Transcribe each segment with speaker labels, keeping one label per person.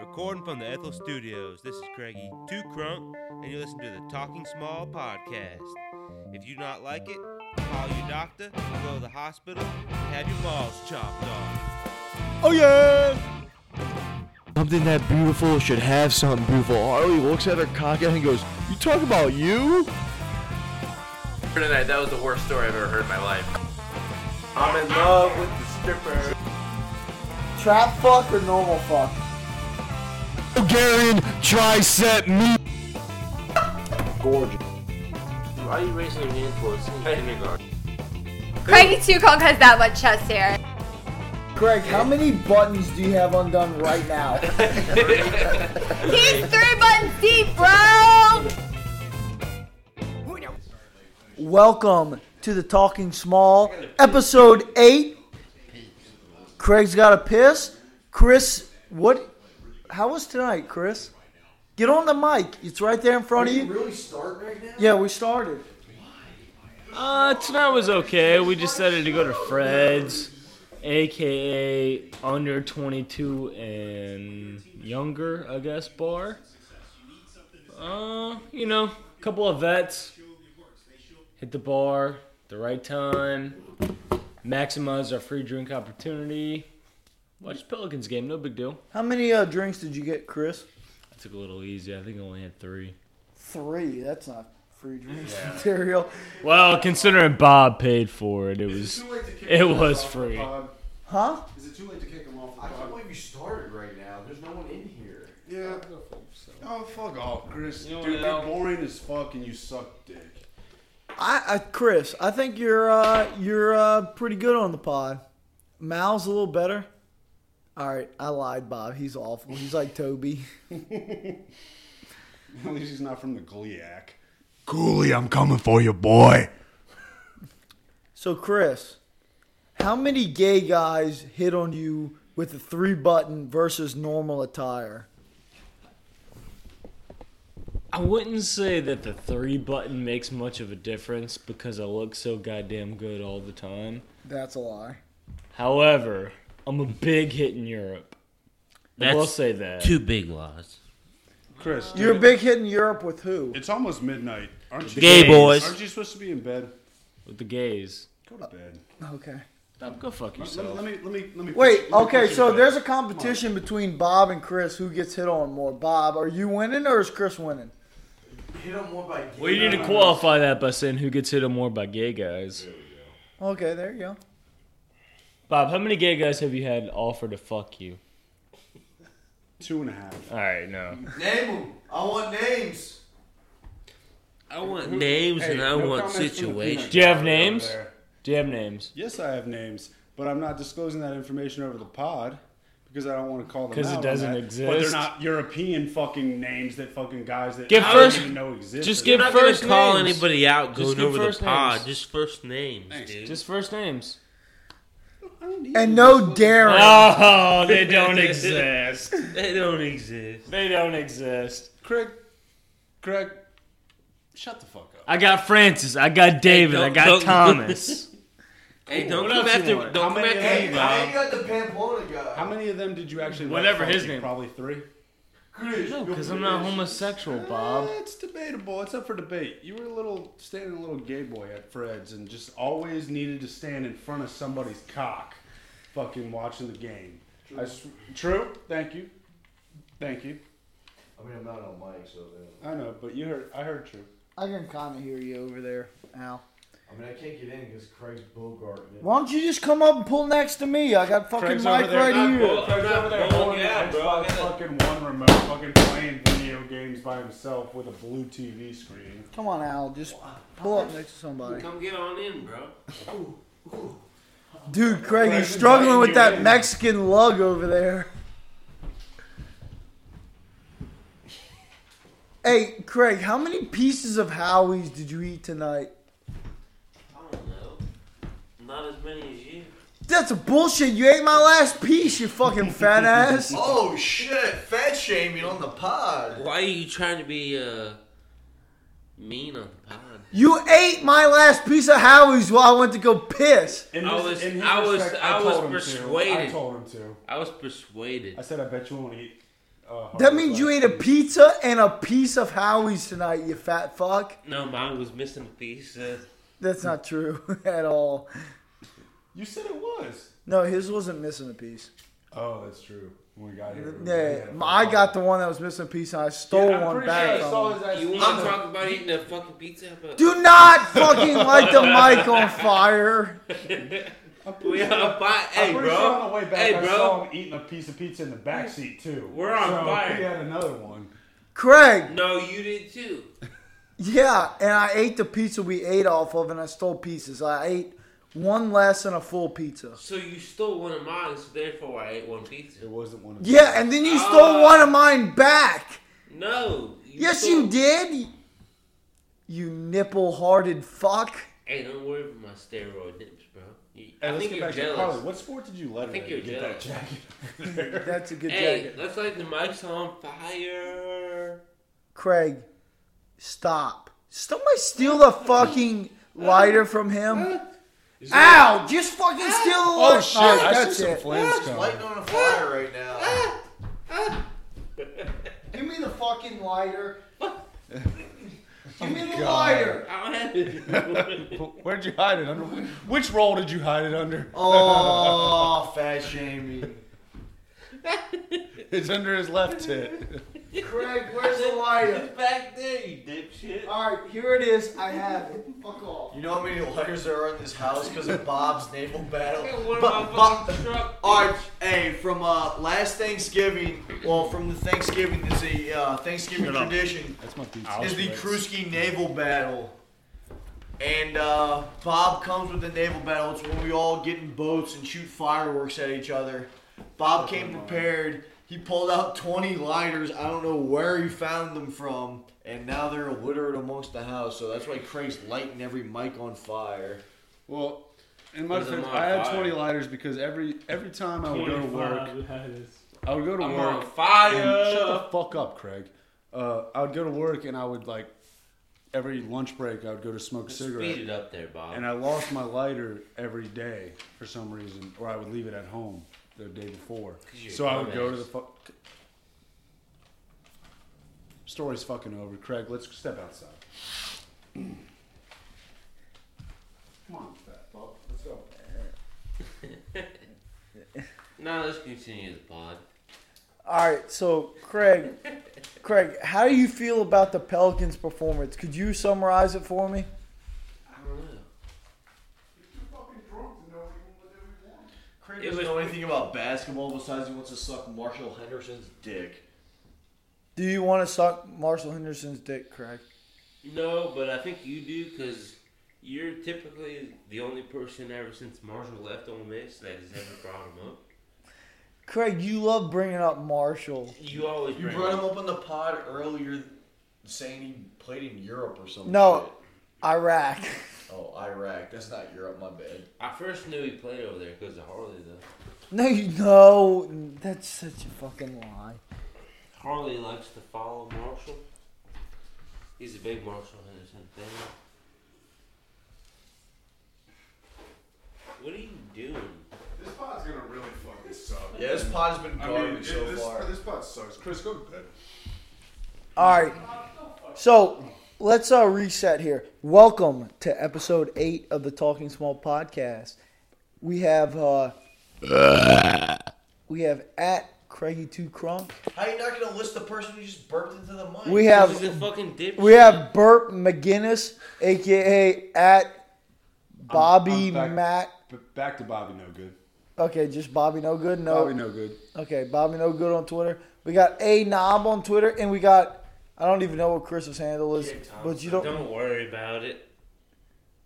Speaker 1: Recording from the Ethel Studios, this is Craigie Two Crunk, and you listen to the Talking Small podcast. If you do not like it, call your doctor, go to the hospital, and have your balls chopped off.
Speaker 2: Oh yeah!
Speaker 3: Something that beautiful should have something beautiful. Harley looks at her cockhead and goes, "You talk about you?"
Speaker 4: tonight. That was the worst story I've ever heard in my life. I'm in love with the stripper.
Speaker 5: Trap fuck or normal fuck?
Speaker 3: Bulgarian tricep meat.
Speaker 5: Gorgeous.
Speaker 4: Why are you raising your hand for us?
Speaker 6: Craigie Two Kong has that much chest hair.
Speaker 5: Greg, how many buttons do you have undone right now?
Speaker 6: He's three buttons deep, bro.
Speaker 5: Welcome to the Talking Small, episode eight. Craig's got a piss. Chris, what? How was tonight, Chris? Get on the mic. It's right there in front of you. Really start right now? Yeah, we started.
Speaker 7: Uh, tonight was okay. We decided to go to Fred's, aka under 22 and younger, I guess, bar. Uh, you know, couple of vets. Hit the bar, the right time. Maximize our free drink opportunity. Watch Pelicans game, no big deal.
Speaker 5: How many uh, drinks did you get, Chris?
Speaker 7: I took a little easy. I think I only had three.
Speaker 5: Three. That's not free drinks material.
Speaker 7: Well, considering Bob paid for it, it was it was free.
Speaker 5: Huh?
Speaker 8: Is it too late to kick him off?
Speaker 9: I can't believe you started right now. There's no one in here.
Speaker 8: Yeah. Oh fuck off, Chris.
Speaker 7: You know
Speaker 8: Dude,
Speaker 7: what,
Speaker 8: you're
Speaker 7: Al?
Speaker 8: boring as fuck and you suck dick.
Speaker 5: I, I Chris, I think you're uh, you're uh, pretty good on the pod. Mal's a little better. All right, I lied, Bob. He's awful. He's like Toby.
Speaker 8: At least he's not from the Gliac. Cooley, I'm coming for you, boy.
Speaker 5: So Chris, how many gay guys hit on you with a three button versus normal attire?
Speaker 7: I wouldn't say that the three button makes much of a difference because I look so goddamn good all the time.
Speaker 5: That's a lie.
Speaker 7: However, I'm a big hit in Europe. I will say that.
Speaker 1: two big laws.
Speaker 8: Chris,
Speaker 5: You're a big hit in Europe with who?
Speaker 8: it's almost midnight. Aren't you
Speaker 1: Gay boys.
Speaker 8: Aren't you supposed to be in bed?
Speaker 7: With the gays.
Speaker 8: Go to bed.
Speaker 5: Okay.
Speaker 7: Bob, go fuck
Speaker 8: Let, let
Speaker 7: yourself.
Speaker 8: me let me let me
Speaker 5: Wait.
Speaker 8: let me
Speaker 5: Okay.
Speaker 8: push you
Speaker 5: So
Speaker 8: back.
Speaker 5: there's a competition between Bob and Chris. Who gets hit on more? Bob, are you winning or is Chris winning?
Speaker 9: Hit him one by
Speaker 7: Well, you need to qualify that by saying who gets hit on more by gay guys.
Speaker 5: Okay. There you go.
Speaker 7: Bob, how many gay guys have you had offer to fuck you?
Speaker 8: two and a half.
Speaker 7: All right, no.
Speaker 9: Name him. I want names.
Speaker 1: I want names
Speaker 8: Hey,
Speaker 1: and I
Speaker 8: no
Speaker 1: want
Speaker 8: comments from the
Speaker 1: situations.
Speaker 8: peanut
Speaker 7: Do you have
Speaker 8: gallery over
Speaker 7: names?
Speaker 8: there.
Speaker 7: Do you have names?
Speaker 8: Yes, I have names, but I'm not disclosing that information over the pod because I don't want to call them
Speaker 7: 'Cause it
Speaker 8: out on
Speaker 7: doesn't
Speaker 8: that.
Speaker 7: exist.
Speaker 8: But they're not European fucking names that fucking guys that
Speaker 7: Give
Speaker 8: I don't
Speaker 7: first-
Speaker 8: even know exist.
Speaker 7: just
Speaker 8: or
Speaker 7: give-
Speaker 8: not.
Speaker 1: I'm not going
Speaker 7: First
Speaker 1: to call
Speaker 7: names.
Speaker 1: anybody out
Speaker 7: Just
Speaker 1: going
Speaker 7: give
Speaker 1: over the
Speaker 7: first
Speaker 1: pod.
Speaker 7: names.
Speaker 1: Just first names, dude.
Speaker 7: Just first names.
Speaker 8: I don't need
Speaker 5: And
Speaker 8: to
Speaker 5: no
Speaker 8: disclose-
Speaker 5: daring.
Speaker 7: Oh, they don't exist.
Speaker 1: they don't exist.
Speaker 7: They don't exist.
Speaker 8: Craig, Craig, shut the fuck up.
Speaker 7: I got Francis. I got David.
Speaker 1: Hey,
Speaker 7: I
Speaker 1: don't-
Speaker 7: got
Speaker 1: don't-
Speaker 7: Thomas.
Speaker 1: Hey, don't
Speaker 7: What
Speaker 1: come
Speaker 7: else you
Speaker 1: after.
Speaker 7: want?
Speaker 1: Don't come after
Speaker 8: many of
Speaker 1: me,
Speaker 8: them?
Speaker 9: I
Speaker 1: Bob.
Speaker 9: ain't got the Pamplona guy.
Speaker 8: How many of them did you actually? let
Speaker 7: Whatever
Speaker 8: fuck
Speaker 7: his
Speaker 8: you?
Speaker 7: name.
Speaker 8: Probably three.
Speaker 9: Chris,
Speaker 7: no,
Speaker 9: you're
Speaker 7: because I'm not
Speaker 9: British.
Speaker 7: homosexual, Bob.
Speaker 8: Eh, it's debatable. It's up for debate. You were a little standing a little gay boy at Fred's and just always needed to stand in front of somebody's cock, fucking watching the game. I sw- true. Thank you. Thank you.
Speaker 9: I mean, I'm not on mic, so. uh,
Speaker 8: I know, but you heard. I heard true.
Speaker 5: I can kind of hear you over there, Al.
Speaker 9: I mean, I can't get in because Craig's Bogart.
Speaker 5: Why don't you just come up and pull next to me? I got fucking
Speaker 8: Craig's
Speaker 5: mic
Speaker 8: over there.
Speaker 5: right
Speaker 8: not
Speaker 5: here.
Speaker 8: bull- Craig's over there holding
Speaker 1: yeah,
Speaker 8: an
Speaker 1: bro.
Speaker 8: Xbox fucking one remote, fucking playing video games by himself with a blue TV screen.
Speaker 5: Come on, Al. Just pull up next to somebody.
Speaker 1: Come get on in, bro.
Speaker 5: Dude, Craig, you're
Speaker 8: Craig's
Speaker 5: struggling
Speaker 8: inviting
Speaker 5: with
Speaker 8: you
Speaker 5: that
Speaker 8: in.
Speaker 5: Mexican lug over there. Hey, Craig, how many pieces of Howie's did you eat tonight?
Speaker 1: I don't know. Not as many as you.
Speaker 5: That's bullshit. You ate my last piece, you fucking fat ass.
Speaker 9: Oh shit! Fat shaming on the pod.
Speaker 1: Why are you trying to be uh, mean on the pod?
Speaker 5: You ate my last piece of Howie's while I went to go piss.
Speaker 8: In
Speaker 1: I
Speaker 8: his-
Speaker 1: was-
Speaker 8: in his
Speaker 1: I was-
Speaker 8: respect,
Speaker 1: I
Speaker 8: told
Speaker 1: was
Speaker 8: him to.
Speaker 1: persuaded.
Speaker 8: I told him to.
Speaker 1: I was persuaded.
Speaker 8: I said, I bet you won't eat. Uh,
Speaker 5: That means you ate a pizza and a piece of Howie's tonight, you fat fuck.
Speaker 10: No, mine was missing a piece. Uh,
Speaker 5: That's not true at all.
Speaker 8: You said it was.
Speaker 5: No, his wasn't missing a piece.
Speaker 8: Oh, that's true. When we got here, we
Speaker 5: Yeah,
Speaker 8: had a-
Speaker 5: I got the one that was missing a piece, and I stole
Speaker 8: I'm
Speaker 5: one
Speaker 8: pretty
Speaker 5: back
Speaker 8: sure I
Speaker 5: from
Speaker 8: saw
Speaker 5: him.
Speaker 8: his ass
Speaker 1: You
Speaker 8: eat
Speaker 1: want to
Speaker 8: it.
Speaker 1: talk about eating a fucking pizza? But
Speaker 5: Do not fucking light the mic on fire.
Speaker 8: I'm pretty
Speaker 1: we
Speaker 8: sure-
Speaker 1: are on fire. Hey,
Speaker 8: I'm
Speaker 1: bro.
Speaker 8: pretty sure on the way back,
Speaker 1: hey,
Speaker 8: I
Speaker 1: bro.
Speaker 8: saw him eating a piece of pizza in the back seat too.
Speaker 1: We're on
Speaker 8: so
Speaker 1: fire.
Speaker 8: He had another one.
Speaker 5: Craig,
Speaker 1: No, you did too.
Speaker 5: yeah, and I ate the pizza we ate off of, and I stole pieces. I ate one less than a full pizza.
Speaker 1: So you stole one of mine, so therefore I ate one pizza.
Speaker 8: It wasn't one of
Speaker 5: Yeah, and then you stole
Speaker 1: Ah.
Speaker 5: one of mine back.
Speaker 1: No. You
Speaker 5: Yes,
Speaker 1: stole-
Speaker 5: you did. You nipple-hearted fuck.
Speaker 1: Hey, don't worry about my steroid nips, bro. You,
Speaker 8: Hey,
Speaker 1: I
Speaker 8: let's
Speaker 1: think
Speaker 8: get
Speaker 1: you're
Speaker 8: back to Carly.
Speaker 1: jealous.
Speaker 8: What sport did you let
Speaker 1: I think
Speaker 8: her
Speaker 1: you're
Speaker 8: get
Speaker 1: jealous.
Speaker 8: that jacket?
Speaker 5: That's a good
Speaker 1: Hey,
Speaker 5: jacket.
Speaker 1: let's light the mics on fire.
Speaker 5: Craig, stop. Somebody steal the fucking lighter from him. Ow! Just fucking steal the lighter. Alright, that's it.
Speaker 8: flames
Speaker 9: Lighting on a fire right now.
Speaker 5: Give me the fucking lighter. Give me the lighter.
Speaker 1: I don't have it.
Speaker 8: Where'd you hide it under? Which roll did you hide it under?
Speaker 9: Oh, fat shaming.
Speaker 8: It's under his left tit.
Speaker 5: Craig, where's the lighter?
Speaker 1: It's back there, you dipshit.
Speaker 5: Alright, here it is. I have it. Fuck off.
Speaker 9: You know how many lighters there are in this house because of Bob's naval battle?
Speaker 1: I got one in
Speaker 9: Bo-
Speaker 1: my
Speaker 9: Bo-
Speaker 1: fucking truck,
Speaker 9: Alright, hey, from uh, last Thanksgiving, well, from the Thanksgiving, there's a uh, Thanksgiving tradition,
Speaker 8: That's my pizza.
Speaker 9: is the Kruski naval battle. And uh, Bob comes with the naval battle. It's when we all get in boats and shoot fireworks at each other. Bob came prepared. He pulled out 20 lighters. I don't know where he found them from. And now they're littered amongst the house. So that's why Craig's lighting every mic on fire.
Speaker 8: Well, in my
Speaker 1: Was it
Speaker 8: defense,
Speaker 1: on
Speaker 8: I had
Speaker 1: fire?
Speaker 8: 20 lighters because every every time I would go to work, I would go to
Speaker 1: I'm
Speaker 8: work.
Speaker 1: on fire.
Speaker 8: and- shut the fuck up, Craig. Uh, I would go to work and I would like every lunch break I would go to smoke a
Speaker 1: Speed
Speaker 8: cigarette,
Speaker 1: it up there, Bob.
Speaker 8: and I lost my lighter every day for some reason, or I would leave it at home the day before.
Speaker 1: you're
Speaker 8: So I would go
Speaker 1: dumbass.
Speaker 8: to the fuck. Story's fucking over, Craig. Let's step outside. Come on, fat fuck. Let's go.
Speaker 1: now let's continue the pod.
Speaker 5: Alright, so Craig, Craig, how do you feel about the Pelicans' performance? Could you summarize it for me?
Speaker 1: I don't know.
Speaker 9: Craig
Speaker 1: It
Speaker 9: doesn't
Speaker 1: was-
Speaker 9: know anything about basketball besides he wants to suck Marshall Henderson's dick.
Speaker 5: Do you want to suck Marshall Henderson's dick, Craig?
Speaker 1: No, but I think you do because you're typically the only person ever since Marshall left Ole Miss that has ever brought him up.
Speaker 5: Craig, you love bringing up Marshall.
Speaker 1: You always
Speaker 9: You
Speaker 1: bring
Speaker 9: brought
Speaker 1: him
Speaker 9: him up on the pod earlier saying he played in Europe or something.
Speaker 5: No. Iraq.
Speaker 9: Oh, Iraq. That's not Europe, my bad.
Speaker 1: I first knew he played over there because of Harley though.
Speaker 5: No, you know that's such a fucking lie.
Speaker 1: Harley likes to follow Marshall. He's a big Marshall Henderson fan. What are you doing?
Speaker 11: This pod's gonna really fucking suck.
Speaker 9: Yeah, this pod has been
Speaker 11: I mean,
Speaker 9: garbage
Speaker 11: it,
Speaker 9: so
Speaker 11: this,
Speaker 9: far.
Speaker 11: this pod sucks. Chris, go to bed.
Speaker 5: All right. So let's uh, reset here. Welcome to episode eight of the Talking Small podcast. We have uh, we have at Craigie Two Crump.
Speaker 9: How are you not gonna list the person who just burped into the mic?
Speaker 5: We
Speaker 1: He's a
Speaker 5: have
Speaker 1: fucking dipshit.
Speaker 5: we have Burt McGinnis, aka at Bobby
Speaker 8: I'm back.
Speaker 5: Matt.
Speaker 8: B- back to Bobby No Good.
Speaker 5: Okay, just Bobby. No good. No.
Speaker 8: Bobby No Good.
Speaker 5: Okay, Bobby No Good on Twitter. We got A Knob on Twitter, and we got I don't even know what Chris's handle is, but you don't.
Speaker 1: Don't worry about it.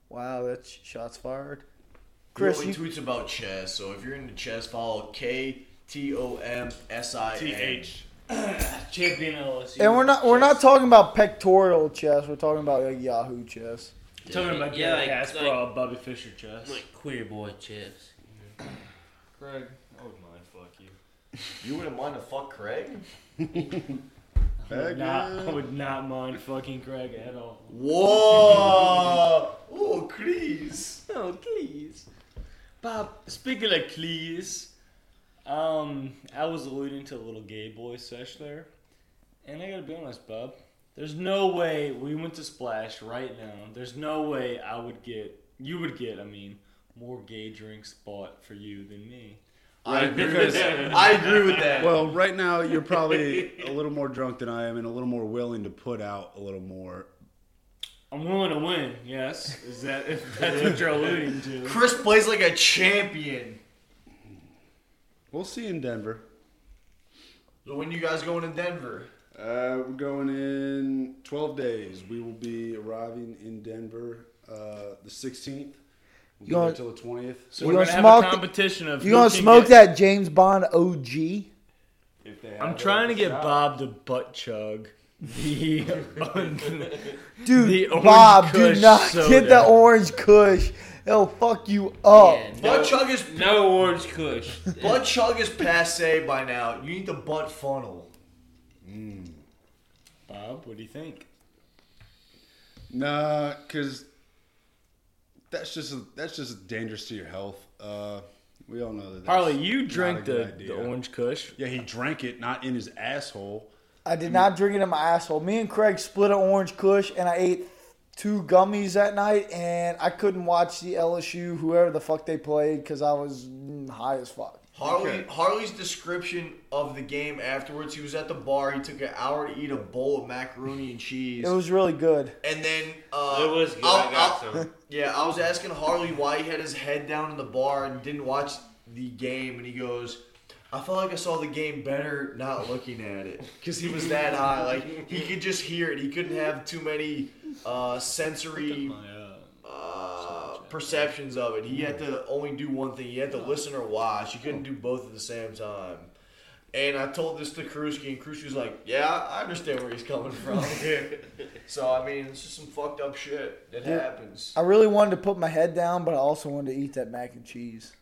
Speaker 5: Wow, that's shots fired.
Speaker 9: Chris,
Speaker 5: Chris,
Speaker 9: he
Speaker 5: you,
Speaker 9: tweets about chess, so if you're into chess, follow K T O M S I N.
Speaker 1: Champion LSU.
Speaker 5: and we're not we're not talking about pectoral chess. We're talking about like Yahoo chess.
Speaker 7: Talking about
Speaker 1: Yeah,
Speaker 7: Gary
Speaker 1: like-
Speaker 7: Kasparov, Bobby Fischer chest.
Speaker 1: like queer boy chips.
Speaker 11: Craig, I would mind. Fuck you.
Speaker 9: You wouldn't mind a fuck Craig?
Speaker 7: Would not, would not mind fucking Craig at all.
Speaker 9: Whoa! oh, please.
Speaker 7: Oh, please. Bob, speaking of please, um, I was alluding to a little gay boy sesh there. And I gotta be honest, Bob. There's no way we went to Splash right now. There's no way I would get, you would get, I mean, more gay drinks bought for you than me.
Speaker 8: Right, because Well, right now you're probably a little more drunk than I am, and a little more willing to put out a little more.
Speaker 7: I'm willing to win. Yes, is that if that's what you're alluding to?
Speaker 9: Chris plays like a champion.
Speaker 8: We'll see in Denver.
Speaker 9: So when you guys going to Denver?
Speaker 8: Uh, we're going in 12 days. We will be arriving in Denver uh, the 16th. We'll
Speaker 5: You
Speaker 8: be there
Speaker 5: gonna-
Speaker 8: till the 20th.
Speaker 7: So we're gonna have a competition of
Speaker 5: You
Speaker 7: who
Speaker 5: gonna
Speaker 7: can
Speaker 5: smoke
Speaker 7: get-
Speaker 5: that James Bond OG?
Speaker 7: I'm trying to get Bob to butt chug. The
Speaker 5: Dude,
Speaker 7: the orange
Speaker 5: Bob, do
Speaker 7: Kush
Speaker 5: not
Speaker 7: soda.
Speaker 5: get the orange Kush. It'll fuck you up.
Speaker 9: Butt chug is
Speaker 4: no orange kush.
Speaker 9: butt chug is passe by now. You need the butt funnel.
Speaker 7: Bob, what do you think?
Speaker 8: Nah, because that's just that's just dangerous to your health. Uh, we all know that. that's
Speaker 7: Harley, you
Speaker 8: not a
Speaker 7: drank
Speaker 8: good
Speaker 7: the,
Speaker 8: idea.
Speaker 7: the orange Kush.
Speaker 8: Yeah, he drank it, not in his asshole.
Speaker 5: I did not drink it in my asshole. Me and Craig split an orange Kush, and I ate two gummies that night, and I couldn't watch the LSU, whoever the fuck they played, because I was mm, high as fuck.
Speaker 9: Harley Harley's description of the game afterwards. He was at the bar. He took an hour to eat a bowl of macaroni and cheese.
Speaker 5: It was really good.
Speaker 9: And then uh,
Speaker 4: It was good.
Speaker 9: I'll-
Speaker 4: I got
Speaker 9: I'll-
Speaker 4: some.
Speaker 9: Yeah, I was asking Harley why he had his head down in the bar and didn't watch the game, and he goes, "I felt like I saw the game better not looking at it because he was that high. Like he could just hear it. He couldn't have too many uh, sensory uh, perceptions of it. He had to only do one thing. He had to listen or watch. He couldn't do both at the same time." And I told this to Kruski, and Kruski's like, "Yeah, I understand where he's coming from." so I mean, it's just some fucked up shit that happens.
Speaker 5: I really wanted to put my head down, but I also wanted to eat that mac and cheese.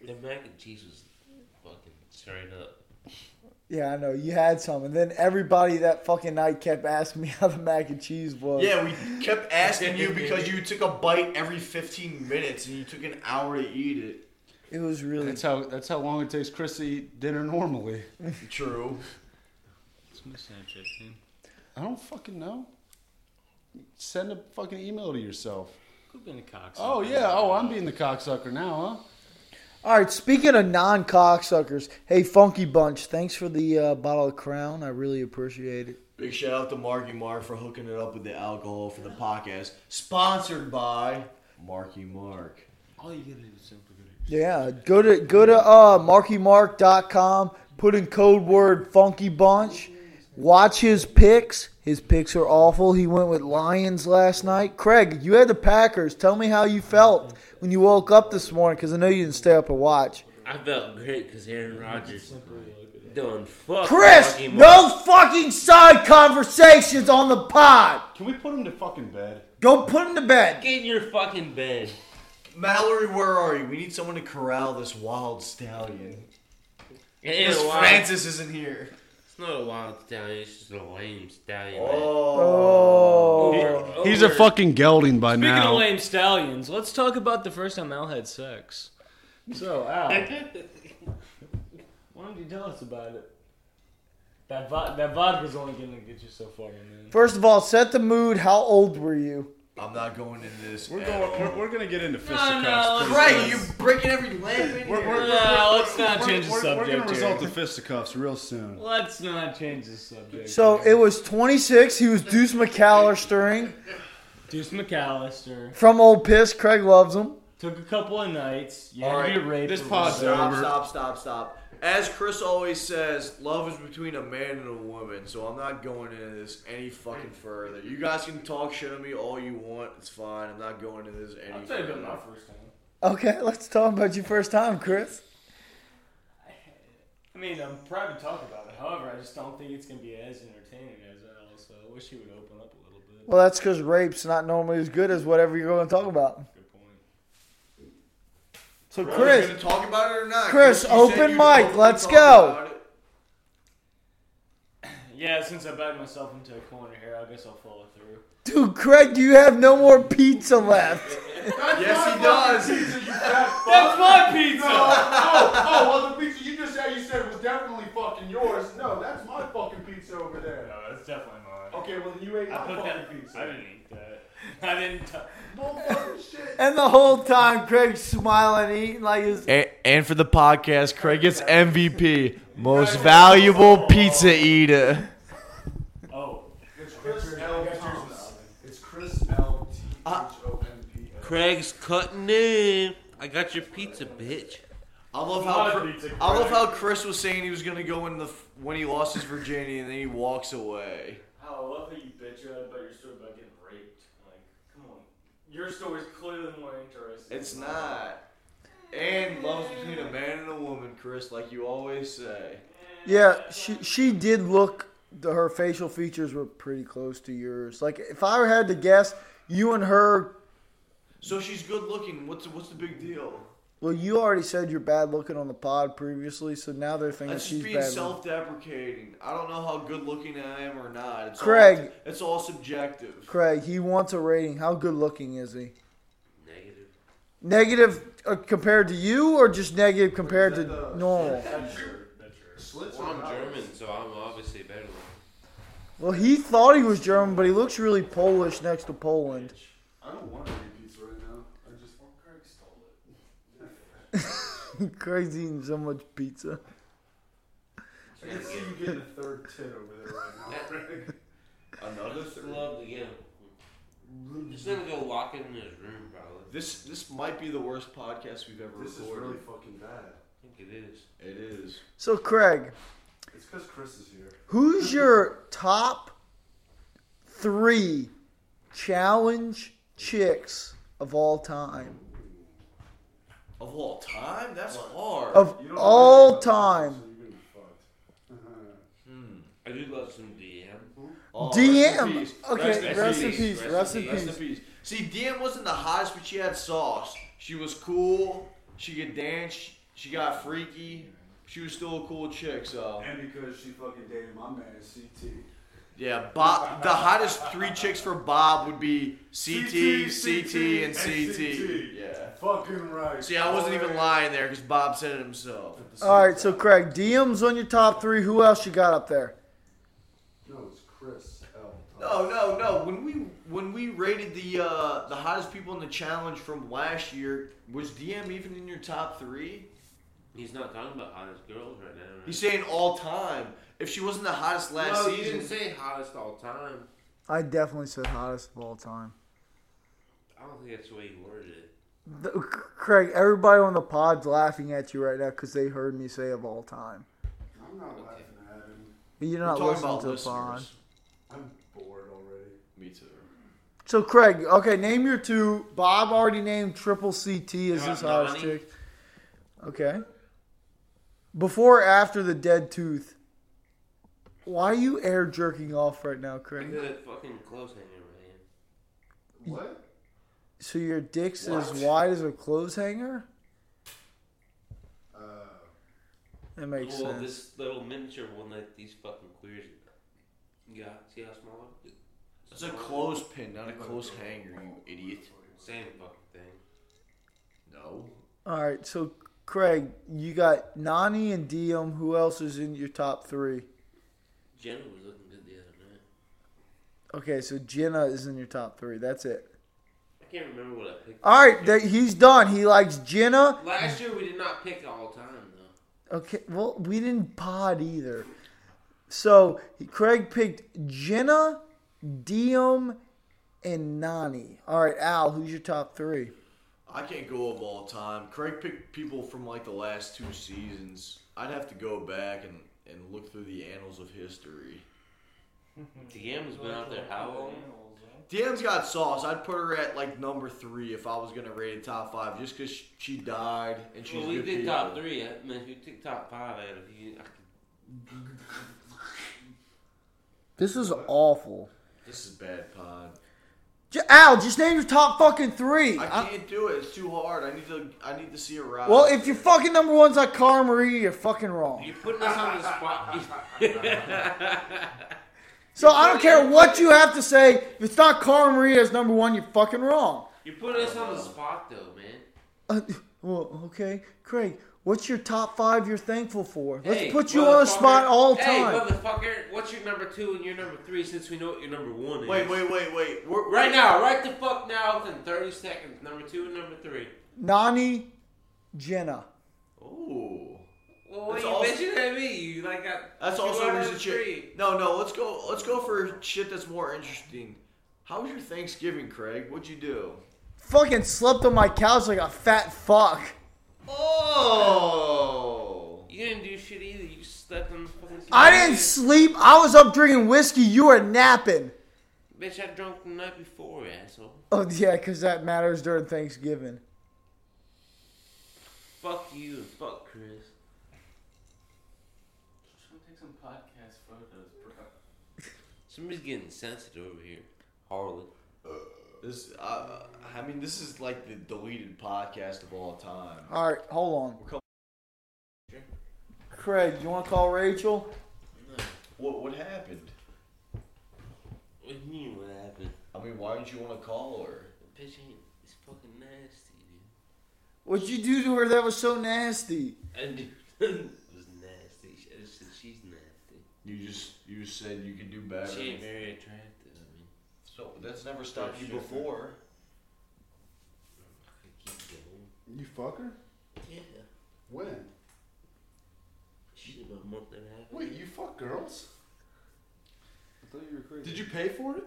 Speaker 4: The mac and cheese was fucking straight up.
Speaker 5: Yeah, I know. You had some. And then everybody that fucking night kept asking me how the mac and cheese was.
Speaker 9: Yeah, we kept asking you because you took a bite every 15 minutes and you took an hour to eat it.
Speaker 5: It was really
Speaker 8: That's how that's how long it takes Chris to eat dinner normally.
Speaker 9: True.
Speaker 8: I don't fucking know. Send a fucking email to yourself.
Speaker 7: Could been a cocksucker.
Speaker 8: Oh yeah. Oh, I'm being the cocksucker now, huh?
Speaker 5: All right, speaking of non cocksuckers, hey, Funky Bunch, thanks for the uh, bottle of Crown. I really appreciate it.
Speaker 9: Big shout out to Marky Mark for hooking it up with the alcohol for the podcast. Sponsored by Marky Mark.
Speaker 7: All you gotta do is simply go to
Speaker 5: Yeah, go to go to uh, markymark.com, put in code word Funky Bunch, watch his picks. His picks are awful. He went with Lions last night. Craig, you had the Packers. Tell me how you felt when you woke up this morning because I know you didn't stay up and watch.
Speaker 4: I felt great because Aaron Rodgers done fuck.
Speaker 5: Chris,
Speaker 4: fucking
Speaker 5: no fucking side conversations on the pod.
Speaker 8: Can we put him to fucking bed?
Speaker 5: Go put him to bed.
Speaker 4: Get in your fucking bed.
Speaker 9: Mallory, where are you? We need someone to corral this wild stallion.
Speaker 4: It ain't
Speaker 9: Because
Speaker 4: a wild-
Speaker 9: Francis isn't here.
Speaker 4: It's not a wild stallion. It's just a lame stallion. man.
Speaker 9: Oh.
Speaker 4: Over-
Speaker 8: He's a
Speaker 4: over-
Speaker 8: fucking gelding by
Speaker 7: Speaking
Speaker 8: now.
Speaker 7: of lame stallions, let's talk about the first time Al had sex. So, Al, why don't you tell us about it? That, vo- that vodka's only gonna get you so far, my man.
Speaker 5: First of all, set the mood. How old were you?
Speaker 9: I'm not going into this.
Speaker 8: we're
Speaker 9: at
Speaker 8: going.
Speaker 9: all.
Speaker 8: We're, we're gonna get into
Speaker 7: no,
Speaker 8: fisticuffs. pretty
Speaker 9: Right,
Speaker 8: soon.
Speaker 9: you're breaking every lamp in
Speaker 8: We're,
Speaker 9: here.
Speaker 8: we're,
Speaker 7: No,
Speaker 8: we're-
Speaker 7: let's
Speaker 8: we're-
Speaker 7: not
Speaker 8: we're-
Speaker 7: change the
Speaker 8: we're- We're
Speaker 7: subject
Speaker 8: gonna result
Speaker 7: here.
Speaker 8: to fisticuffs real soon.
Speaker 7: Let's not change the subject.
Speaker 5: So it was 26. He was Deuce McAllistering
Speaker 7: Deuce McAllister
Speaker 5: from Old Piss. Craig loves him.
Speaker 7: took a couple of nights. You
Speaker 9: All
Speaker 7: had to be raped.
Speaker 9: right,
Speaker 8: this
Speaker 7: or
Speaker 8: pod's
Speaker 7: whatever.
Speaker 9: Stop,
Speaker 8: over.
Speaker 9: stop, stop, stop. As Chris always says, love is between a man and a woman, so I'm not going into this any fucking further. You guys can talk shit on me all you want, it's fine. I'm not going into this any further.
Speaker 7: first time.
Speaker 5: Okay, let's talk about your first time, Chris.
Speaker 7: I mean, I'm proud to talk about it. However, I just don't think it's gonna be as entertaining as I also I wish he would open up a little bit.
Speaker 5: Well, that's because rape's not normally as good as whatever you're going to talk about.
Speaker 7: Good point.
Speaker 5: So,
Speaker 9: Are we
Speaker 5: Chris,
Speaker 9: gonna talk about it or not?
Speaker 5: Chris,
Speaker 9: you said
Speaker 5: open
Speaker 9: you
Speaker 5: mic,
Speaker 9: don't
Speaker 5: let's
Speaker 9: talk
Speaker 5: go.
Speaker 9: about it.
Speaker 7: Yeah, since I backed myself into a corner here, I guess I'll follow through.
Speaker 5: Dude, Craig, you have no more pizza left.
Speaker 9: yes, he does.
Speaker 7: That's my pizza.
Speaker 12: No, oh, oh, well, the pizza you just said you said was definitely fucking yours. No, that's my fucking pizza over there.
Speaker 7: No, that's definitely mine.
Speaker 12: Okay, well, you ate my
Speaker 7: I put
Speaker 12: fucking
Speaker 7: that.
Speaker 12: pizza.
Speaker 7: I didn't eat that. I didn't. T-
Speaker 12: Bull fucking shit.
Speaker 5: And the whole time, Craig's smiling, eating like his.
Speaker 3: And, and for the podcast, Craig gets MVP, most valuable pizza eater.
Speaker 7: oh,
Speaker 12: It's Chris L. Thompson. It's Chris L. T. H. O. N. P. S.
Speaker 1: Craig's cutting in. I got your pizza, bitch.
Speaker 9: I love
Speaker 7: My
Speaker 9: how Chris,
Speaker 7: pizza,
Speaker 9: I love
Speaker 7: Craig.
Speaker 9: how Chris was saying he was gonna go in the f- when he lost his virginity and then he walks away.
Speaker 7: how I love how you bitch out about your story about getting raped. Like, come on. Your story's clearly more interesting.
Speaker 9: It's not. And love's between a man and a woman, Chris, like you always say.
Speaker 5: Yeah, she she did look. The, her facial features were pretty close to yours. Like if I had to guess, you and her.
Speaker 9: So she's good looking. What's what's the big deal?
Speaker 5: Well, you already said you're bad looking on the pod previously, so now they're thinking
Speaker 9: That's
Speaker 5: she's
Speaker 9: just being
Speaker 5: bad. looking.
Speaker 9: self-deprecating. I don't know how good looking I am or not. It's all,
Speaker 5: Craig.
Speaker 9: it's all subjective.
Speaker 5: Craig, he wants a rating. How good looking is he?
Speaker 1: Negative.
Speaker 5: Negative uh, compared to you, or just negative compared to
Speaker 12: uh,
Speaker 5: normal?
Speaker 12: Slits
Speaker 1: Well, I'm
Speaker 12: on
Speaker 1: German, so I'm obviously better than
Speaker 5: Well, he thought he was German, but he looks really Polish next to Poland.
Speaker 12: I don't want any pizza right now. I just want Craig stole it.
Speaker 5: Craig's eating so much pizza.
Speaker 12: I can see you getting a third tit over there right now. Craig.
Speaker 9: Another
Speaker 1: Just love to get him. Just gonna go lock him in his room, probably.
Speaker 9: This this might be the worst podcast we've ever
Speaker 12: This is really
Speaker 9: recorded.
Speaker 12: fucking bad.
Speaker 1: I think it is.
Speaker 9: It is.
Speaker 5: So, Craig,
Speaker 12: It's because Chris is here.
Speaker 5: who's your top three challenge chicks of all time?
Speaker 9: Of all time? That's hard.
Speaker 5: Of
Speaker 12: You don't know
Speaker 5: all
Speaker 12: anything about
Speaker 5: time.
Speaker 12: this, so you're gonna be fucked.
Speaker 9: Hmm.
Speaker 1: I do love some DM.
Speaker 9: Oh, rest in
Speaker 5: DM.
Speaker 9: peace.
Speaker 5: Okay, rest in peace. Rest in
Speaker 9: Rest in
Speaker 5: peace.
Speaker 9: peace. See, DM wasn't the hottest, but she had sauce. She was cool. She could dance. She got freaky. She was still a cool chick, so.
Speaker 12: And because she fucking dated my man, CT.
Speaker 9: Yeah, Bob. The hottest three chicks for Bob would be CT, CT, and CT. Yeah.
Speaker 12: Fucking right.
Speaker 9: See, I wasn't even lying there because Bob said it himself.
Speaker 5: All right, so Craig, DM's on your top three. Who else you got up there?
Speaker 12: No, it's Chris L.
Speaker 9: No, no, no. When we when we rated the uh, the hottest people in the challenge from last year, was DM even in your top three?
Speaker 1: He's not talking about hottest girls right now. Right?
Speaker 9: He's saying all time. If she wasn't the hottest last
Speaker 1: no, you
Speaker 9: season,
Speaker 1: didn't say hottest all time.
Speaker 5: I definitely said hottest of all time.
Speaker 1: I don't think that's the way you worded it.
Speaker 5: The- Craig, everybody on the pod's laughing at you right now because they heard me say of all time.
Speaker 12: I'm not laughing at him.
Speaker 5: But you're
Speaker 9: we're
Speaker 5: not
Speaker 9: talking
Speaker 5: listening
Speaker 9: about
Speaker 5: to the pod.
Speaker 9: listeners.
Speaker 12: I'm bored already.
Speaker 9: Me too.
Speaker 5: So Craig, okay, name your two. Bob already named Triple CT as
Speaker 1: Yeah,
Speaker 5: his hottest
Speaker 1: Nani.
Speaker 5: chick. Okay. Before or after the dead tooth. Why are you air jerking off right now,
Speaker 1: I
Speaker 5: Craig?
Speaker 1: got that fucking clothes hanger right here.
Speaker 12: What?
Speaker 5: So your dick's as
Speaker 9: What?
Speaker 5: wide as a clothes hanger?
Speaker 12: Uh,
Speaker 5: That makes
Speaker 1: well,
Speaker 5: sense.
Speaker 1: this little miniature one that these fucking queers got. See how small it is?
Speaker 9: It's a clothespin, not a close hanger, you idiot.
Speaker 1: Same fucking thing.
Speaker 9: No.
Speaker 5: All right, so Craig, you got Nani and Diem. Who else is in your top three?
Speaker 1: Jenna was looking good the other night.
Speaker 5: Okay, so Jenna is in your top three. That's it.
Speaker 1: I can't remember what I picked.
Speaker 5: All right, that he's done. He likes Jenna.
Speaker 1: Last year we did not pick all time though.
Speaker 5: Okay, well, we didn't pod either. So Craig picked Jenna, Diem, and Nani. All right, Al, who's your top three?
Speaker 9: I can't go of all time. Craig picked people from like the last two seasons. I'd have to go back and, and look through the annals of history.
Speaker 1: DM has been out there how long?
Speaker 9: DM's got sauce. I'd put her at like number three if I was gonna rate a top five, just because she died and she's
Speaker 1: Well, we
Speaker 9: good
Speaker 1: did
Speaker 9: people.
Speaker 1: top three. I mean, if you took top five out of you, I could,
Speaker 5: This is awful.
Speaker 9: This is bad pod.
Speaker 5: J- Al, just name your top fucking three.
Speaker 9: I
Speaker 5: I-
Speaker 9: can't do it. It's too hard. I need to. I need to see a ride.
Speaker 5: well, if your fucking number one's like Cara Marie, you're fucking wrong.
Speaker 1: you're putting us on the spot.
Speaker 5: So I don't care what you have to say. If it's not Carl Maria as number one, you're fucking wrong.
Speaker 4: You're putting us on the spot, though, man.
Speaker 5: Uh, well, okay, Craig. What's your top five you're thankful for? Let's
Speaker 4: Hey,
Speaker 5: put you on the spot
Speaker 4: motherfucker.
Speaker 5: all
Speaker 4: Hey,
Speaker 5: time.
Speaker 4: motherfucker, what's your number two and your number three since we know what your number one is?
Speaker 9: Wait, wait, wait, wait. We're,
Speaker 4: Right now, right the fuck now, within 30 seconds, number two and number three.
Speaker 5: Nani, Jenna.
Speaker 9: Ooh.
Speaker 4: Well, what
Speaker 9: That's
Speaker 4: are you
Speaker 9: also-
Speaker 4: bitching at me? You like got
Speaker 9: That's
Speaker 4: you
Speaker 9: also
Speaker 4: wanna
Speaker 9: a reason.
Speaker 4: have
Speaker 9: Shit. No, no. Let's go. Let's go for shit that's more interesting. How was your Thanksgiving, Craig? What'd you do?
Speaker 5: Fucking slept on my couch like a fat fuck.
Speaker 9: Oh.
Speaker 4: You didn't do shit either. You slept on the fucking.
Speaker 5: I didn't sleep. I was up drinking whiskey. You were napping.
Speaker 4: Bitch, I drunk the night before, asshole.
Speaker 5: Oh yeah, 'cause that matters during Thanksgiving.
Speaker 4: Fuck you and fuck Chris.
Speaker 13: take some podcast photos, bro.
Speaker 4: Somebody's getting sensitive over here. Harlan.
Speaker 9: This. Uh, I mean, this is like the deleted podcast of all time.
Speaker 5: All right, hold
Speaker 9: We're
Speaker 5: on.
Speaker 9: coming-
Speaker 5: Craig, you want to call Rachel?
Speaker 9: What? What happened?
Speaker 4: What do you mean, what happened?
Speaker 9: I mean, why didn't you want to call her?
Speaker 4: The bitch ain't. It's fucking nasty, dude.
Speaker 5: What'd you do to her that was so nasty?
Speaker 4: And dude, it was nasty. I just said she's nasty.
Speaker 9: You just. You said you could do better.
Speaker 4: She ain't very attractive. I mean,
Speaker 9: So that's never stopped you
Speaker 4: Sure.
Speaker 9: before.
Speaker 4: I could keep going.
Speaker 8: You fucker?
Speaker 4: Yeah.
Speaker 8: When?
Speaker 4: She's about a month and a half.
Speaker 8: Wait, you fuck girls? I thought you were crazy. Did you pay for it?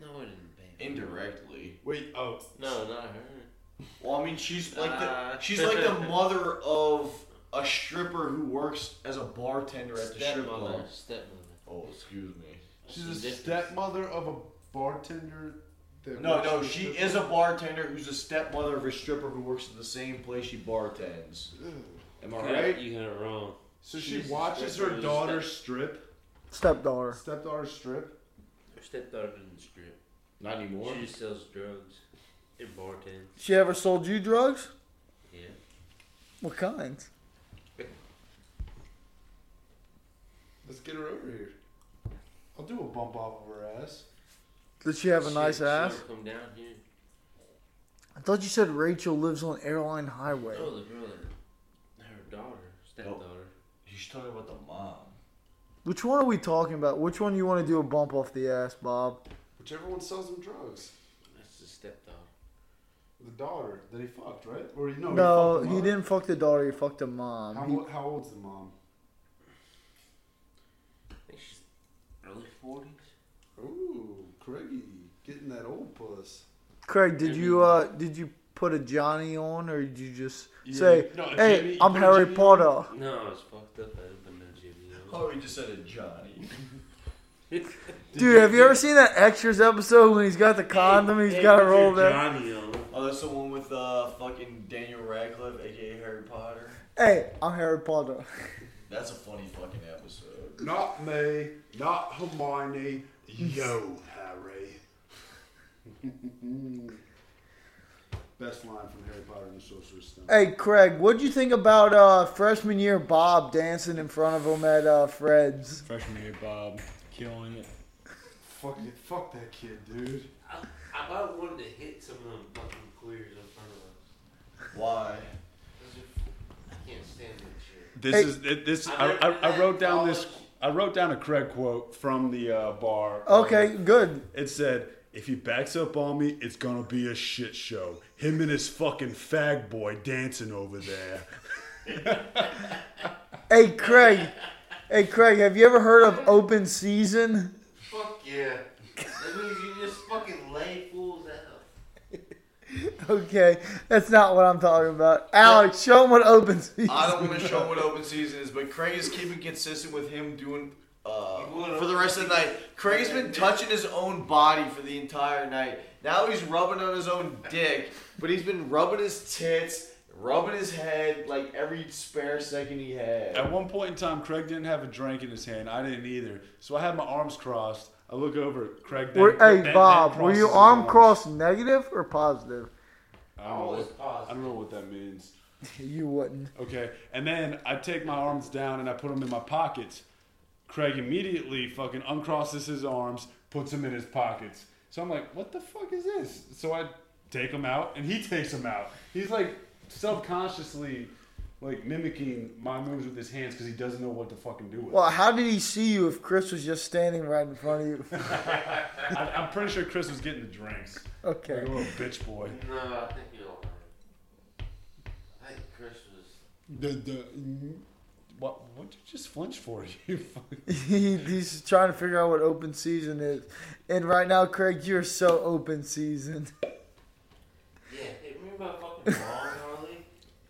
Speaker 4: No, I didn't pay.
Speaker 9: Indirectly.
Speaker 8: Wait, oh.
Speaker 4: No, not her.
Speaker 9: Well, I mean, she's like the
Speaker 4: Uh,
Speaker 9: she's like the mother of a stripper who works as a bartender at the strip
Speaker 4: Stepmother.
Speaker 9: club.
Speaker 4: Stepmother.
Speaker 9: Oh, excuse me.
Speaker 8: She's a
Speaker 4: Different.
Speaker 8: stepmother of a bartender that
Speaker 9: No,
Speaker 8: works
Speaker 9: no,
Speaker 8: at a
Speaker 9: she
Speaker 8: strip
Speaker 9: is a bartender who's a stepmother of a stripper who works at the same place she bartends. Am I
Speaker 4: Yeah,
Speaker 9: right?
Speaker 4: You got it wrong.
Speaker 8: So she
Speaker 4: She's a
Speaker 8: watches
Speaker 4: stripper
Speaker 8: her
Speaker 4: who's
Speaker 8: daughter
Speaker 4: step-
Speaker 8: strip.
Speaker 5: Stepdaughter.
Speaker 8: Stepdaughter strip.
Speaker 4: Her stepdaughter didn't strip.
Speaker 9: Not anymore.
Speaker 4: She just sells drugs and bartends.
Speaker 5: She ever sold you drugs?
Speaker 4: Yeah.
Speaker 5: What kind?
Speaker 8: Let's get her over here. I'll do a bump off of her ass.
Speaker 5: Does she have a
Speaker 4: She-
Speaker 5: nice
Speaker 4: she
Speaker 5: ass?
Speaker 4: would Come down here.
Speaker 5: I thought you said Rachel lives on Airline Highway.
Speaker 4: Oh, the girl. that- Her daughter, stepdaughter.
Speaker 9: She's talking about the mom.
Speaker 5: Which one are we talking about? Which one you want to do a bump off the ass, Bob?
Speaker 8: Whichever one sells him drugs.
Speaker 4: That's the stepdaughter.
Speaker 8: The daughter that he fucked, right? Or no?
Speaker 5: No,
Speaker 8: he, fucked the
Speaker 5: he
Speaker 8: mom.
Speaker 5: didn't fuck the daughter. He fucked the mom.
Speaker 8: How,
Speaker 5: He-
Speaker 8: how old's the mom?
Speaker 4: I think she's early forties.
Speaker 8: Ooh, Craigie, getting that old puss.
Speaker 5: Craig, did
Speaker 4: I
Speaker 5: you
Speaker 4: mean-
Speaker 5: uh did you put a Johnny on, or did you just
Speaker 8: Yeah.
Speaker 5: say,
Speaker 8: No, a
Speaker 5: "Hey,
Speaker 8: Jimmy- you
Speaker 5: I'm
Speaker 8: put a
Speaker 5: Harry
Speaker 8: Jimmy on?
Speaker 5: Potter"?
Speaker 4: No, I was fucked up. I didn't put no Jimmy on.
Speaker 9: Oh, he just said a Johnny.
Speaker 5: Dude, have you ever seen that Extras episode when he's got the condom, he's got it rolled up?
Speaker 4: Johnny on.
Speaker 9: Oh, that's the one with uh fucking Daniel Radcliffe, aka Harry Potter.
Speaker 5: Hey, I'm Harry Potter.
Speaker 9: That's a funny fucking episode.
Speaker 8: Not me, not Hermione, yo, Harry. Best line from Harry Potter and the Sorcerer's Stone.
Speaker 5: Hey, Craig, what'd you think about uh, freshman year Bob dancing in front of him at uh, Fred's?
Speaker 2: Freshman year, Bob, killing it.
Speaker 8: Fuck it, fuck that kid, dude.
Speaker 4: I, I about wanted to hit some of them fucking queers in front of us.
Speaker 9: Why?
Speaker 4: Those are- I can't stand that shit.
Speaker 8: This
Speaker 5: Hey.
Speaker 8: is it- this.
Speaker 4: I
Speaker 8: I,
Speaker 4: learned
Speaker 8: I,
Speaker 4: that
Speaker 8: I wrote down this.
Speaker 4: college.
Speaker 8: I wrote down a Craig quote from the uh, bar.
Speaker 5: Okay, good.
Speaker 8: It said, "If he backs up on me, it's gonna be a shit show. Him and his fucking fag boy dancing over there."
Speaker 5: Hey, Craig. Hey, Craig, have you ever heard of open season?
Speaker 4: Fuck yeah. that means you just fucking lay fools out.
Speaker 5: Okay, that's not what I'm talking about. Alex, show him what open season
Speaker 9: I don't want to show what open season is, but Craig is keeping consistent with him doing uh, for the rest of the night. Craig's been touching his own body for the entire night. Now he's rubbing on his own dick, but he's been rubbing his tits, rubbing his head like every spare second he
Speaker 8: At
Speaker 9: had.
Speaker 8: one point in time, Craig didn't have a drink in his hand. I didn't either. So I had my arms crossed. I look over, Craig. Then,
Speaker 5: Were, hey,
Speaker 8: then- then
Speaker 5: Bob, were
Speaker 8: crosses
Speaker 5: you
Speaker 8: his
Speaker 5: arm
Speaker 8: arms.
Speaker 5: crossed negative or positive?
Speaker 8: I don't, know what, I don't know what that means.
Speaker 5: You wouldn't.
Speaker 8: Okay, and then I take my arms down and I put them in my pockets. Craig immediately fucking uncrosses his arms, puts them in his pockets. So I'm like, what the fuck is this? So I take him out, and he takes him out. He's like subconsciously like mimicking my moves with his hands because he doesn't know what to fucking do with.
Speaker 5: Well, how did he see you if Chris was just standing right in front of you?
Speaker 8: I, I'm pretty sure Chris was getting the drinks.
Speaker 5: Okay.
Speaker 8: Like a little bitch boy.
Speaker 4: No, I think you're all right. I think Chris was.
Speaker 8: The, the, what what did you just flinch for? You fucking
Speaker 5: He- He's trying to figure out what open season is. And right now, Craig, you're so open season.
Speaker 4: Yeah, hey, remember I fucking wrong early?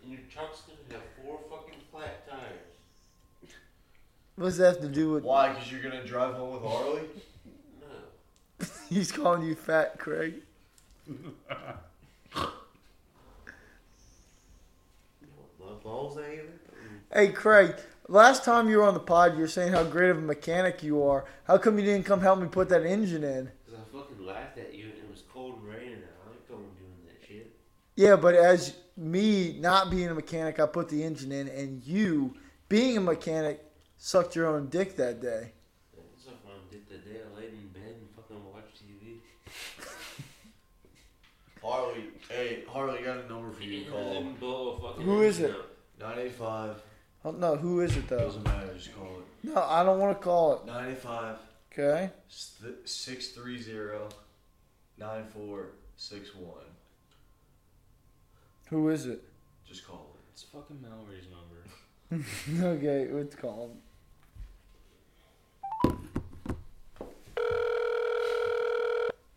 Speaker 4: And your truck's gonna have four fucking flat tires.
Speaker 5: What's that have to do with.
Speaker 9: Why? Because you're gonna drive home with Harley?
Speaker 5: He's calling you fat, Craig.
Speaker 4: Love balls that either?
Speaker 5: Hey, Craig, last time you were on the pod, you were saying how great of a mechanic you are. How come you didn't come help me put that engine in?
Speaker 4: Because I fucking laughed at you and it was cold and raining and I ain't going doing that shit.
Speaker 5: Yeah, but as me not being a mechanic, I put the engine in, and you being a mechanic sucked your own dick that day.
Speaker 4: That's what I did the day I laid in bed and fucking watched TV.
Speaker 9: Harley, hey, Harley, I got a number for you to call.
Speaker 4: Didn't blow a fucking
Speaker 5: Who is it?
Speaker 9: 985.
Speaker 5: Oh, no, who is it though?
Speaker 9: Doesn't matter, just call it.
Speaker 5: No, I don't want to call it.
Speaker 9: 985
Speaker 5: Okay.
Speaker 9: 630 9461.
Speaker 5: Who is it?
Speaker 9: Just call it.
Speaker 7: It's fucking Mallory's number.
Speaker 5: okay, let's call him.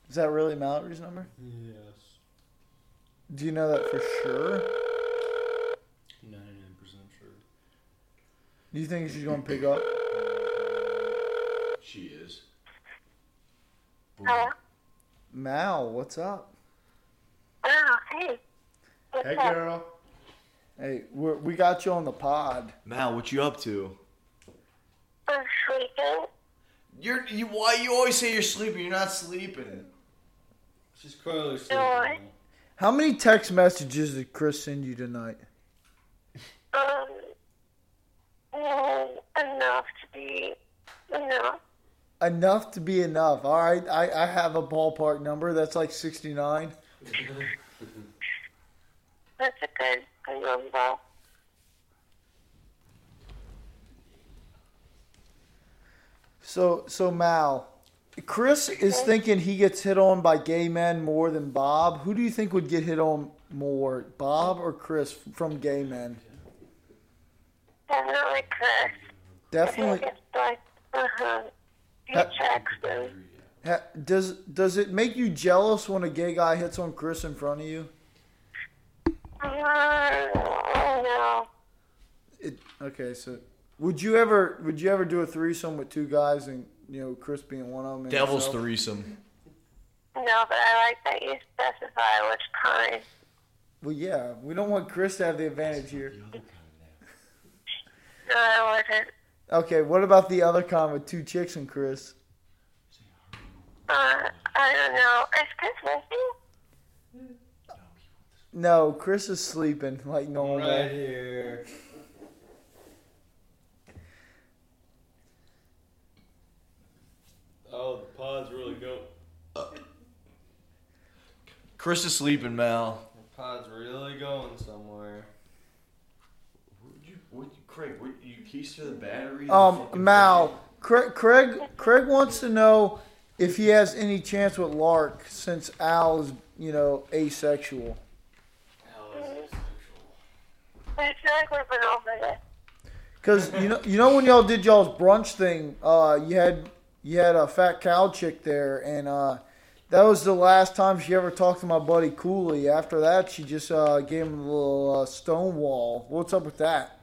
Speaker 5: Is that really Mallory's number?
Speaker 7: Yes.
Speaker 5: Do you know that for sure?
Speaker 7: 99% sure.
Speaker 5: Do you think she's going to pick up?
Speaker 9: She is.
Speaker 5: Mal, what's up?
Speaker 14: Oh, hey. What's
Speaker 8: Hey,
Speaker 14: up?
Speaker 8: girl.
Speaker 5: Hey, we're, we got you on the pod.
Speaker 9: Mal, what you up to?
Speaker 14: I'm sleeping.
Speaker 9: You're you. Why you always say you're sleeping? You're not sleeping.
Speaker 7: She's clearly
Speaker 14: No,
Speaker 5: How many text messages did Chris send you tonight?
Speaker 14: um, no, enough to be, enough.
Speaker 5: Enough to be enough. All right, I, I have a ballpark number. That's like 69.
Speaker 14: That's a good, good number.
Speaker 5: So, so Mal, Chris is thinking he gets hit on by gay men more than Bob. Who do you think would get hit on more, Bob or Chris from gay men?
Speaker 14: Definitely Chris.
Speaker 5: Definitely.
Speaker 14: It's like, uh-huh. He
Speaker 5: That-
Speaker 14: checks them.
Speaker 5: Ha- Does does it make you jealous when a gay guy hits on Chris in front of you?
Speaker 14: Uh, no.
Speaker 5: It, okay, so would you ever would you ever do a threesome with two guys and you know Chris being one of them? and
Speaker 9: Devil's
Speaker 5: yourself?
Speaker 9: threesome.
Speaker 14: No, but I like that you specify which kind.
Speaker 5: Well, yeah, we don't want Chris to have the advantage here.
Speaker 14: No, I wouldn't.
Speaker 5: Okay, what about the other con with two chicks and Chris?
Speaker 14: Uh, I don't know. Is Chris with you?
Speaker 5: No, Chris is sleeping like normal.
Speaker 7: Right here. Oh, the pod's really going.
Speaker 9: Chris is sleeping, Mal.
Speaker 7: The pod's really going somewhere.
Speaker 9: Where'd you, what, Craig, what, you keys to the battery?
Speaker 5: Um, Mal, Craig, Craig, Craig wants to know if he has any chance with Lark since Al is, you know, asexual.
Speaker 14: I feel like we've been over this.
Speaker 5: Cause you know, you know when y'all did y'all's brunch thing, uh, you had you had a fat cow chick there, and uh, that was the last time she ever talked to my buddy Cooley. After that, she just uh, gave him a little uh, stone wall. What's up with that?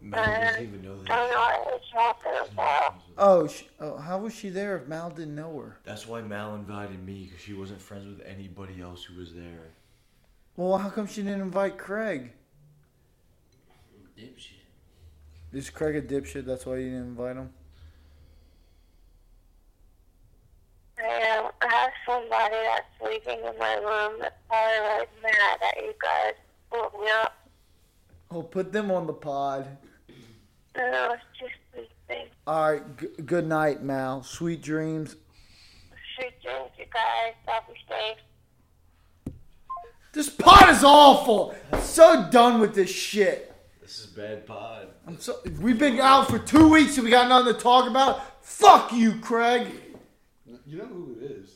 Speaker 9: Mal doesn't even
Speaker 14: I
Speaker 9: know
Speaker 14: don't know
Speaker 9: that.
Speaker 14: what you're talking about.
Speaker 5: Oh, she, oh, how was she there if Mal didn't know her?
Speaker 9: That's why Mal invited me because she wasn't friends with anybody else who was there.
Speaker 5: Well, how come she didn't invite Craig?
Speaker 4: Dipshit.
Speaker 5: Is Craig a dipshit? That's why you didn't invite him.
Speaker 14: I, um, I have somebody that's sleeping in my room that's probably like mad at you guys. Well, me up.
Speaker 5: Oh, put them on the pod.
Speaker 14: No, it's just me.
Speaker 5: All right. G- good night, Mal. Sweet dreams.
Speaker 14: Shoot dreams, you guys. I'll be safe.
Speaker 5: This pot is awful. So done with this shit.
Speaker 9: This is bad pod.
Speaker 5: I'm so. We've been out for two weeks and we got nothing to talk about. Fuck you, Craig.
Speaker 8: You know who it is.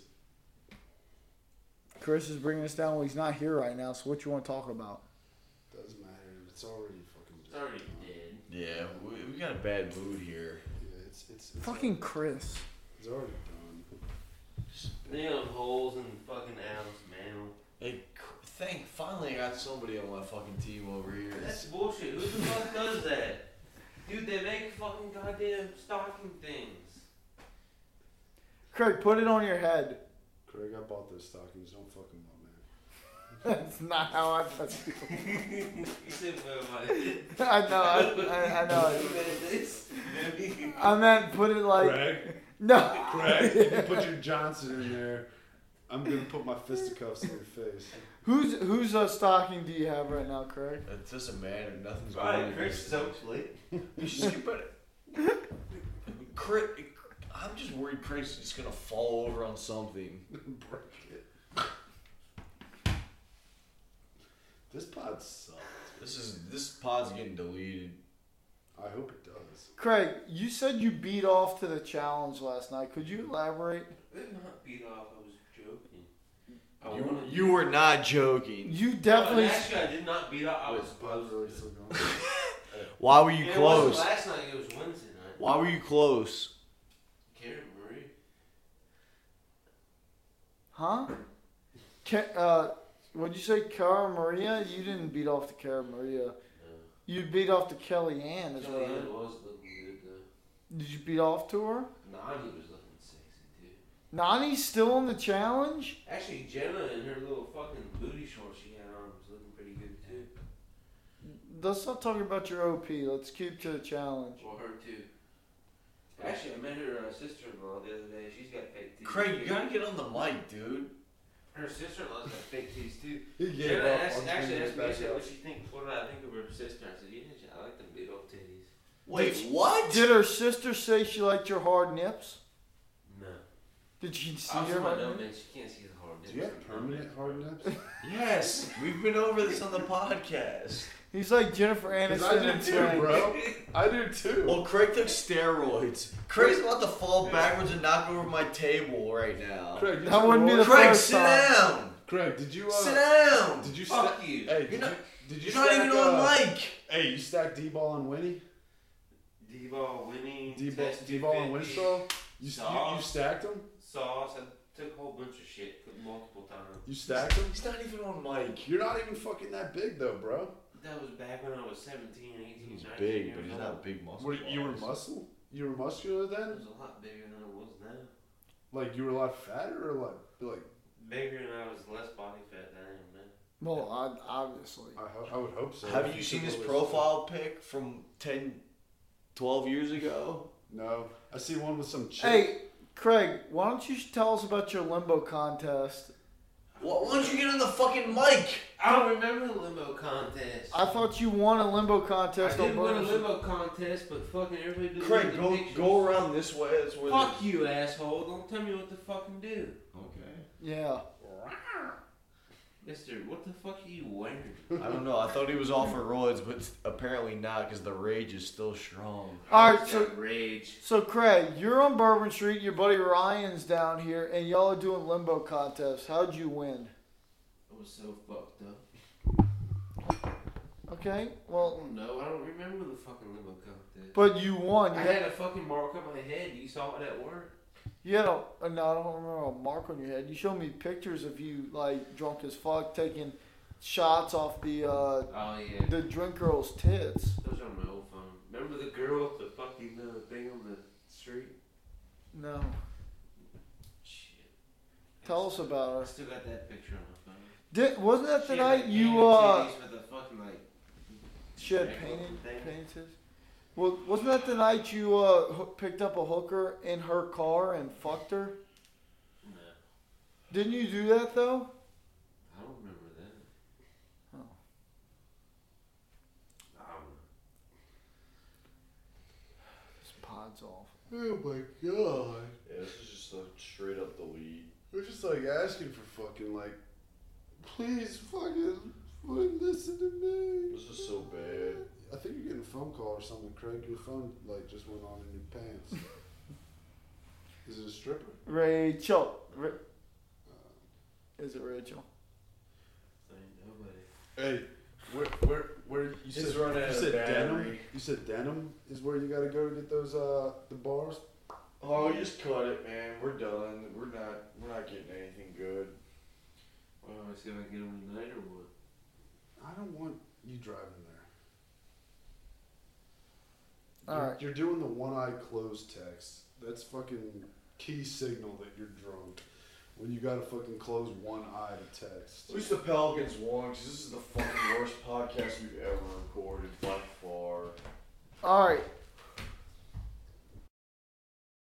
Speaker 5: Chris is bringing us down. Well, he's not here right now. So what you want to talk about?
Speaker 8: Doesn't matter. It's already fucking.
Speaker 4: It's already dead.
Speaker 9: Yeah, we, we got a bad mood here.
Speaker 8: Yeah, it's it's, it's
Speaker 5: Fucking Chris.
Speaker 8: It's already done.
Speaker 4: They have holes in the fucking Al's mouth.
Speaker 9: Hey, cr- thank finally I got somebody on my fucking team over here.
Speaker 4: That's bullshit. Who the fuck does that? Dude, they make fucking goddamn stocking things.
Speaker 5: Craig, put it on your head.
Speaker 8: Craig, I bought those stockings. Don't fuck them up, man.
Speaker 5: That's not how I felt.
Speaker 4: You said for my
Speaker 5: I know. I, I, I know.
Speaker 4: this.
Speaker 5: I meant put it like.
Speaker 8: Craig,
Speaker 5: No.
Speaker 8: Craig, if you put your Johnson in there, I'm gonna put my fisticuffs in your face.
Speaker 5: Who's who's uh, stocking do you have right now, Craig?
Speaker 9: It doesn't matter. Nothing's
Speaker 4: Right,
Speaker 9: going on.
Speaker 4: Chris is up
Speaker 9: late. You should skip it. Chris, I'm just worried Chris is gonna fall over on something.
Speaker 8: Break it. This pod sucks.
Speaker 9: This is this pod's getting deleted.
Speaker 8: I hope it does.
Speaker 5: Craig, you said you beat off to the challenge last night. Could you elaborate?
Speaker 4: Did not beat off. I was joking. I
Speaker 9: You,
Speaker 4: wanted-
Speaker 9: you were not joking.
Speaker 5: You
Speaker 4: No,
Speaker 5: definitely.
Speaker 4: Actually, I did not beat off. I was. I
Speaker 8: Pod's
Speaker 4: was-
Speaker 8: really still going.
Speaker 9: Why were you
Speaker 4: It wasn't
Speaker 9: close?
Speaker 4: Last night it was Wednesday night.
Speaker 9: Why were you close?
Speaker 4: Karen Marie.
Speaker 5: Huh? Ca- uh, what'd you say, Cara Maria? You didn't beat off to Cara Maria. You beat off to Kellyanne. Is what I heard.
Speaker 4: Kellyanne was looking good though.
Speaker 5: Did you beat off to her?
Speaker 4: Nani was looking sexy too.
Speaker 5: Nani's still in the challenge?
Speaker 4: Actually, Jenna in her little fucking booty shorts she had on was looking pretty good too.
Speaker 5: Let's not talk about your OP. Let's keep to the challenge.
Speaker 4: Well, her too. Actually, I met her uh, sister-in-law the other day. She's got fake teeth.
Speaker 9: Craig, you
Speaker 4: too.
Speaker 9: gotta get on the mic, dude.
Speaker 4: Her sister-in-law's got fake teeth too.
Speaker 8: He gave
Speaker 4: Jenna
Speaker 8: up
Speaker 4: asked,
Speaker 8: on
Speaker 4: actually
Speaker 8: bringing
Speaker 4: asked me
Speaker 8: us
Speaker 4: I said,
Speaker 8: back
Speaker 4: what she think. What did I think of her sister? I said, yeah, I like them big old titties.
Speaker 9: Wait,
Speaker 5: Did-
Speaker 9: what?
Speaker 5: Did her sister say she liked your hard nips?
Speaker 4: No.
Speaker 5: Did she see
Speaker 4: I was
Speaker 5: your
Speaker 4: talking about
Speaker 5: hard
Speaker 4: no
Speaker 5: nips?
Speaker 4: man. She can't see the hard
Speaker 8: Do you have permanent hard nips?
Speaker 9: Yes, we've been over this on the podcast.
Speaker 5: He's like Jennifer
Speaker 8: 'Cause
Speaker 5: Aniston
Speaker 8: I
Speaker 5: and
Speaker 8: do too,
Speaker 5: Frank.
Speaker 8: bro. I do too.
Speaker 9: Well, Craig took steroids. Craig's about to fall backwards and knock over my table right now. Craig,
Speaker 8: Craig, you
Speaker 5: That
Speaker 8: took
Speaker 5: wouldn't be the
Speaker 8: Roy-
Speaker 5: first
Speaker 9: sit
Speaker 5: time.
Speaker 9: down.
Speaker 8: Craig, did you? Uh,
Speaker 9: Sit down.
Speaker 8: Did you?
Speaker 4: Fuck
Speaker 8: sta-
Speaker 4: you.
Speaker 8: Hey, did
Speaker 9: You're not-
Speaker 8: you, did you
Speaker 9: You're not
Speaker 8: stack,
Speaker 9: even on
Speaker 8: uh,
Speaker 9: mic.
Speaker 8: Hey, you stack D-ball and Winnie?
Speaker 4: D-ball winning.
Speaker 8: D-ball,
Speaker 4: tested
Speaker 8: D-ball
Speaker 4: 50.
Speaker 8: and Winslow? You, you, you
Speaker 4: Sauce.
Speaker 8: stacked them?
Speaker 4: Sauce. I took a whole bunch of shit multiple times.
Speaker 8: You stacked them?
Speaker 9: He's not even on mic.
Speaker 8: You're not even fucking that big though, bro.
Speaker 4: That was back when I was 17, 18, 19 years old.
Speaker 9: big muscle.
Speaker 8: Were, you were muscle? You were muscular
Speaker 4: I
Speaker 8: then?
Speaker 4: was a lot bigger than I was now.
Speaker 8: Like you were a lot fatter, or like like
Speaker 4: Bigger and I was less body fat than I am now.
Speaker 5: Well, ob- obviously.
Speaker 8: I, ho- I would hope so.
Speaker 9: Have
Speaker 8: If
Speaker 9: you seen
Speaker 8: took
Speaker 9: his
Speaker 8: all
Speaker 9: profile pic from 10, 12 years ago?
Speaker 8: No, I see one with some chick.
Speaker 5: Hey, Craig, why don't you tell us about your limbo contest?
Speaker 9: Why, why don't you get on the fucking mic?
Speaker 4: I don't remember the limo contest.
Speaker 5: I thought you won a limbo contest
Speaker 4: I
Speaker 5: on
Speaker 4: did win a
Speaker 5: Burgers.
Speaker 4: limo contest, but fucking everybody deleted
Speaker 9: Craig,
Speaker 4: the
Speaker 9: go
Speaker 4: pictures.
Speaker 9: go around this way. That's where.
Speaker 4: Fuck you, asshole! Don't tell me what to fucking do,
Speaker 9: the- Okay.
Speaker 5: Yeah.
Speaker 4: Mister. What the fuck are you wearing?
Speaker 9: I don't know. I thought he was off for roids, but apparently not, because the rage is still strong.
Speaker 5: All
Speaker 4: I
Speaker 5: right,
Speaker 4: just
Speaker 5: so-
Speaker 4: got rage.
Speaker 5: So, Craig, you're on Bourbon Street. Your buddy Ryan's down here, and y'all are doing limbo contests. How'd you win?
Speaker 4: I was so fucked up.
Speaker 5: Okay.
Speaker 4: I
Speaker 5: Well,
Speaker 4: don't know. I don't remember the fucking limo contest.
Speaker 5: but you won. You
Speaker 4: I
Speaker 5: had,
Speaker 4: had a fucking mark on my head. You saw it at work.
Speaker 5: you had a uh, no. I don't remember a mark on your head. You showed me pictures of you like drunk as fuck, taking shots off the uh,
Speaker 4: Oh yeah.
Speaker 5: the drink girl's tits.
Speaker 4: Those are on my old phone. Remember the girl with the fucking uh, thing on the street?
Speaker 5: No.
Speaker 4: Shit.
Speaker 5: Tell us about
Speaker 4: I
Speaker 5: her.
Speaker 4: still got that picture on my phone.
Speaker 5: Did, wasn't that the
Speaker 4: She had,
Speaker 5: night
Speaker 4: like,
Speaker 5: you
Speaker 4: painted
Speaker 5: uh?
Speaker 4: titties With a fucking like.
Speaker 5: She had
Speaker 4: Rectangle
Speaker 5: painted,
Speaker 4: thing.
Speaker 5: painted. Well, wasn't that the night you uh, hoo- picked up a hooker in her car and fucked her?
Speaker 4: No.
Speaker 5: Didn't you do that though?
Speaker 4: I don't remember that.
Speaker 5: Oh.
Speaker 4: I don't know.
Speaker 5: This pod shots off.
Speaker 8: Oh my god.
Speaker 9: Yeah, this is just like straight up the weed.
Speaker 8: We're just like asking for fucking like, please fucking, fucking listen to me.
Speaker 9: This is so bad.
Speaker 8: I think you're getting a phone call or something, Craig. Your phone like just went on in your pants. is it a stripper?
Speaker 5: Rachel. Ra- is it Rachel?
Speaker 8: Hey, where where where you
Speaker 9: He's
Speaker 8: said,
Speaker 9: run out
Speaker 8: you
Speaker 9: of
Speaker 8: said denim?
Speaker 9: battery.
Speaker 8: You said denim is where you gotta go to get those uh the bars.
Speaker 9: Oh, you just cut it, man. We're done. We're not. We're not getting anything good.
Speaker 4: Well, I see if I can get him tonight or what?
Speaker 8: I don't want you driving there.
Speaker 5: All
Speaker 8: you're,
Speaker 5: right.
Speaker 8: you're doing the one eye closed text. That's fucking key signal that you're drunk. When you gotta fucking close one eye to text.
Speaker 9: At least the Pelicans won, 'cause this is the fucking worst podcast we've ever recorded by far.
Speaker 5: All right.